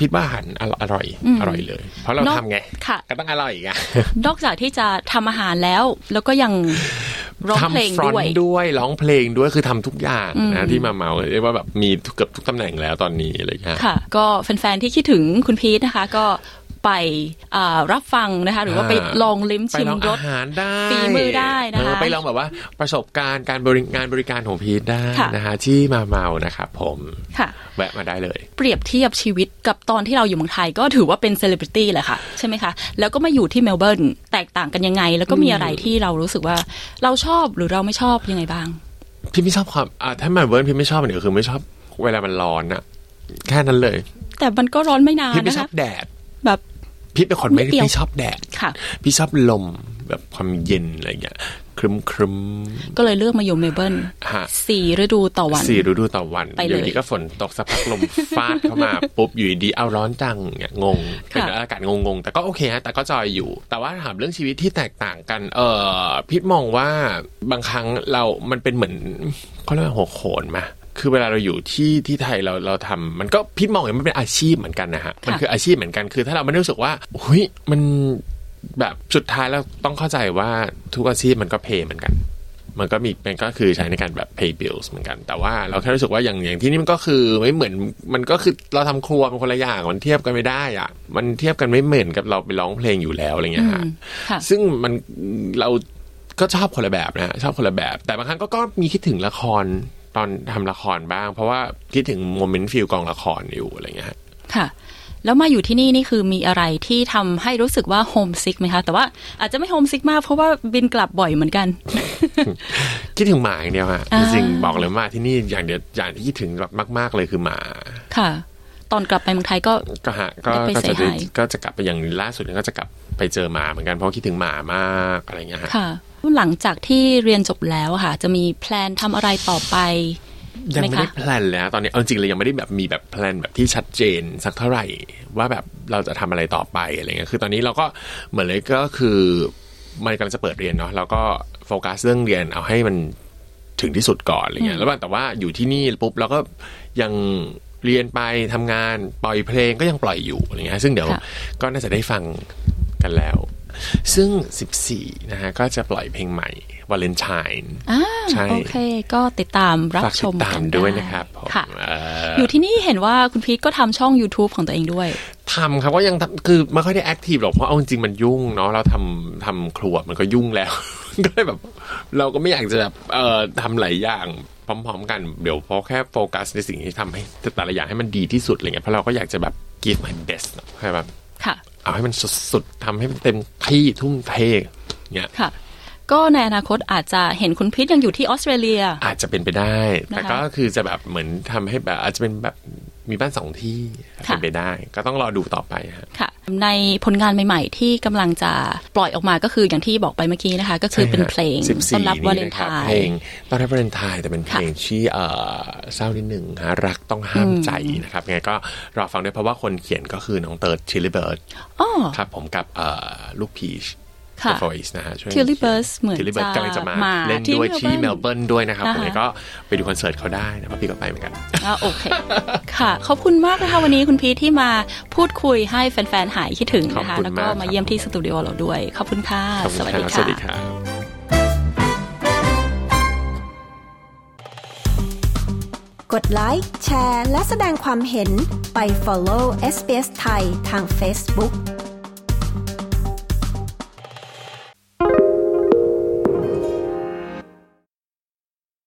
Speaker 3: พิษว่าอาหารอร่อยอร่อยอร่อยเลย เพราะเรา
Speaker 2: นอก
Speaker 3: ทำไง
Speaker 2: ค่ะ
Speaker 3: ก็ต้องอร่อยไง
Speaker 2: นอกจากที่จะทำอาหารแล้ว แล้วก็ยังร้องเพลง
Speaker 3: ทำฟรอน
Speaker 2: ด้วย
Speaker 3: ต์ด้วยร้องเพลงด้วยคือทำทุกอย่างนะที่มาเหมาเรียกว่าแบบมีเกือบทุกตำแหน่งแล้วตอนนี้อะไรอย่างเงี้ย
Speaker 2: ค่ะ ก็แฟนๆที่คิดถึงคุณพีทนะคะ ก็ไปอ่ารับฟังนะคะ หรือว่าไป
Speaker 3: อ่า
Speaker 2: ลองลิ้ม
Speaker 3: ไป
Speaker 2: ชิม
Speaker 3: ลอง
Speaker 2: ร
Speaker 3: อา
Speaker 2: ส
Speaker 3: หารได้
Speaker 2: ฝีมือได้นะคะ
Speaker 3: เออไปลองแบบว่าประสบการณ์การบริงานบริการของพีทได้
Speaker 2: ค่ะ
Speaker 3: นะคะที่มาเมานะครับผม
Speaker 2: ค่ะ
Speaker 3: แวะมาได้เลย
Speaker 2: เปรียบเทียบชีวิตกับตอนที่เราอยู่เมืองไทย ก็ถือว่าเป็นเซเลบริตี้แหละค่ะ ใช่ไหมคะ แล้วก็มาอยู่ที่เมลเบิร์นแตกต่างกันยังไง แล้วก็มีอะไรที่เรารู้สึกว่าเราชอบหรือเราไม่ชอบยังไงบ้าง
Speaker 3: พี่ไม่ชอบความอ่าถ้ามันเวิร์นพี่ไม่ชอบอันเดียวคือไม่ชอบเวลามันร้อนอะแค่นั้นเลย
Speaker 2: แต่มันก็ร้อนไม่นาน
Speaker 3: พี่ไม่
Speaker 2: นะ
Speaker 3: ชอ
Speaker 2: คะ
Speaker 3: บแดด
Speaker 2: แบบ
Speaker 3: พี่เป็นคน
Speaker 2: นิ
Speaker 3: ไม่
Speaker 2: ดเดียว
Speaker 3: พี่ชอบแดด
Speaker 2: ค่ะ
Speaker 3: พี่ชอบลมแบบความเย็นอะไรอย่างเงี้ยครึมครึม
Speaker 2: ก็เลยเลือกมาอยู่เมลเบิร์น
Speaker 3: ๆฮะ
Speaker 2: สี่ฤดูต่อวัน
Speaker 3: สี่ฤดูต่อวัน
Speaker 2: ไปเลย
Speaker 3: อยู่ดีก็ฝนตกสักพักลม ฟาดเข้ามา ปุ๊บอยู่ดีเอาร้อนจังเนี่ยงงเป็น
Speaker 2: ค่ะ
Speaker 3: อากาศงงๆ แต่ก็โอเคฮะแต่ก็จอยอยู่ แต่ว่าถามเรื่องชีวิตที่แตกต่างกัน เออพี่มองว่าบางครั้งเรา มันเป็นเหมือนเขาเรียกว่าหัวโขนมาคือเวลาเราอยู่ที่ที่ไทยเราเราทำมันก็พี่มองอย่างมันเป็นอาชีพเหมือนกันนะฮะมันคืออาชีพเหมือนกันคือ ถ้าเราไม่ได้รู้สึกว่าเฮ้ยมัน แบบสุดท้ายแล้วต้องเข้าใจว่าทุกอาชีพมันก็เพย์เหมือนกัน มันก็มีมันก็คือใช้ในการแบบ pay bills เหมือนกัน แต่ว่าเราแค่รู้สึกว่าอย่างอย่างที่นี่มันก็คือไม่เหมือนมันก็คือเราทำครัวมันคนละอย่างมันเทียบกันไม่ได้อะมันเทียบกันไม่เหมือนกับเราไปร้องเพลงอยู่แล้วอะไรเงี้ยฮะ
Speaker 2: อืมค่ะ
Speaker 3: ซึ่งมันเราก็ชอบคนละแบบนะฮะชอบคนละแบบ แต่บางครั้งก็ก็มีคิดถึงละครตอนทำละครบ้าง เพราะว่าคิดถึงโมเมนต์ฟิลกองละครอยู่อะไรเงี้ยฮะ
Speaker 2: ค่ะ แล้วมาอยู่ที่นี่นี่คือมีอะไรที่ทำให้รู้สึกว่าโฮมซิกไหมคะ แต่ว่าอาจจะไม่โฮมซิกมากเพราะว่าบินกลับบ่อยเหมือนกัน
Speaker 3: คิดถึงหมาอย่างเดียวฮะ
Speaker 2: อ่า
Speaker 3: จริงๆบอกเลยว่าที่นี่อย่างเดียวอย่างที่คิดถึงแบบมาก ๆเลยคือหมา
Speaker 2: ค่ะ ตอนกลับไปเมืองไทยก็
Speaker 3: ก็ฮะก็
Speaker 2: ได้ไป
Speaker 3: ก็จะ
Speaker 2: say hi
Speaker 3: ก็จะกลับไปอย่างล่าสุดเนี่ยก็จะกลับไปเจอหมาเหมือนกันเพราะคิดถึงหมามากอะไรเงี้ยฮะ
Speaker 2: ค่ะ หลังจากที่เรียนจบแล้วอะค่ะ จะมีแพลนทำอะไรต่อไป
Speaker 3: ยัง
Speaker 2: ไหม
Speaker 3: ไม่
Speaker 2: คะ
Speaker 3: ได้แพลนเลยนะตอนนี้เอาจริงเลยยังไม่ได้แบบมีแบบแพลนแบบที่ชัดเจนสักเท่าไหร่ ว่าแบบเราจะทำอะไรต่อไปอะไรเงี้ยคือตอนนี้เราก็เหมือนเลยก็คือมันกำลังจะเปิดเรียนเนาะเราก็โฟกัสเรื่องเรียนเอาให้มันถึงที่สุดก่อนอะไรเงี้ยแล้วแต่ว่าอยู่ที่นี่ปุ๊บเราก็ยังเรียนไปทำงานปล่อยเพลงก็ยังปล่อยอยู่อะไรเงี้ยซึ่งเดี๋ยว
Speaker 2: ค่ะ
Speaker 3: ก็น่าจะได้ฟังกันแล้ว ซึ่ง 14 นะฮะ ก็จะปล่อยเพลงใหม่ Valentine
Speaker 2: อ่า
Speaker 3: ใช่
Speaker 2: โอเค ก็ติดตามรับ
Speaker 3: ฝาก
Speaker 2: ช
Speaker 3: ติ
Speaker 2: ม
Speaker 3: ดตาม
Speaker 2: กันไ
Speaker 3: ด้วยนะครับผม
Speaker 2: ค่ะ
Speaker 3: เอ่อ
Speaker 2: อ
Speaker 3: อยู่
Speaker 2: ที่นี่เห็นว่าคุณพีทก็ทำช่อง YouTube ของตัวเองด้วย
Speaker 3: ทำครับก็ยังทำคือไม่ค่อยได้แอคทีฟหรอก เพราะเอาจริงๆมันยุ่งเนาะเราทำทำครัวมันก็ยุ่งแล้ว ก็เลยแบบ เราก็ไม่อยากจะแบบเอ่อทำหลายอย่างพร้อม ๆ กัน เดี๋ยวพอแค่โฟกัสในสิ่งที่ทำให้แต่ละอย่างให้มันดีที่สุดอะไรเงี้ยเพราะเราก็อยากจะแบบ give my best เนอะใช่แบบ
Speaker 2: ค่ะ
Speaker 3: เอาให้มันสุดๆทำให้มันเต็มที่ทุ่มเทเงี้ย
Speaker 2: ค่ะ ก็ในอนาคตอาจจะเห็นคุณพีทยังอยู่ที่ออสเตรเลีย
Speaker 3: อาจจะเป็นไปได้ แต่
Speaker 2: นะคะ
Speaker 3: ก็คือจะแบบเหมือนทำให้แบบอาจจะเป็นแบบมีบ้านสองที่
Speaker 2: ค่ะ
Speaker 3: เป็นไปได้ ก็ต้องรอดูต่อไปฮะ
Speaker 2: ค่ะ ในผลงานใหม่ ๆ ที่กำลังจะปล่อยออกมาก็คืออย่างที่บอกไปเมื่อกี้นะคะ ก็คือเป็นเพลง
Speaker 3: สิบ
Speaker 2: ต้
Speaker 3: สี่
Speaker 2: อนรับวาเลน
Speaker 3: ะ
Speaker 2: ไท
Speaker 3: ครับเพล
Speaker 2: น์
Speaker 3: งต้อนรับวาเลนไทน์แต่เป็นเพลงที่เอ่อเศร้านิดหนึ่งฮะรักต้องห้ามใจนะครับยังไงก็รอฟังด้วยเพราะว่าคนเขียนก็คือน้องเติร์ดชิลลี่เบิร์ด
Speaker 2: อ๋อ
Speaker 3: ครับผมกับเอ่อลูกพีช
Speaker 2: ค่ะ
Speaker 3: The Voice นะฮะช่วย
Speaker 2: Tilly Birds เหมือน
Speaker 3: ทิลลี่เบิร์ดกำลังจะมา
Speaker 2: จะมา
Speaker 3: เล่นด้วย
Speaker 2: ที่
Speaker 3: ที่
Speaker 2: เม
Speaker 3: เม
Speaker 2: ล
Speaker 3: ล
Speaker 2: เบิ
Speaker 3: เบิ
Speaker 2: ร์
Speaker 3: ร์
Speaker 2: น
Speaker 3: นด้วยนะครับ
Speaker 2: นะคะ
Speaker 3: ยังไงก็ไปดูคอนเสิร์ตเขาได้นะเพราะพี่ก็ไปเหมือนกัน
Speaker 2: อ่ะโอเค ค่ะ ขอบคุณมากนะคะวันนี้คุณพีทที่มาพูดคุยให้แฟน ๆ หายคิดถึงนะคะ
Speaker 3: ขอบคุณ
Speaker 2: แล้วก็
Speaker 3: มากครับ
Speaker 2: มาเยี่ยมที่สตูดิโอเราด้วย ขอบคุณค่ะ
Speaker 3: ขอบ
Speaker 2: ส
Speaker 3: คุณ
Speaker 2: วัสดี
Speaker 3: ครับส
Speaker 2: ค่ะ
Speaker 3: วัสดีครับ
Speaker 4: กดไลค์ แชร์ และแสดงความเห็นไป follow SBS ไทยทาง Facebook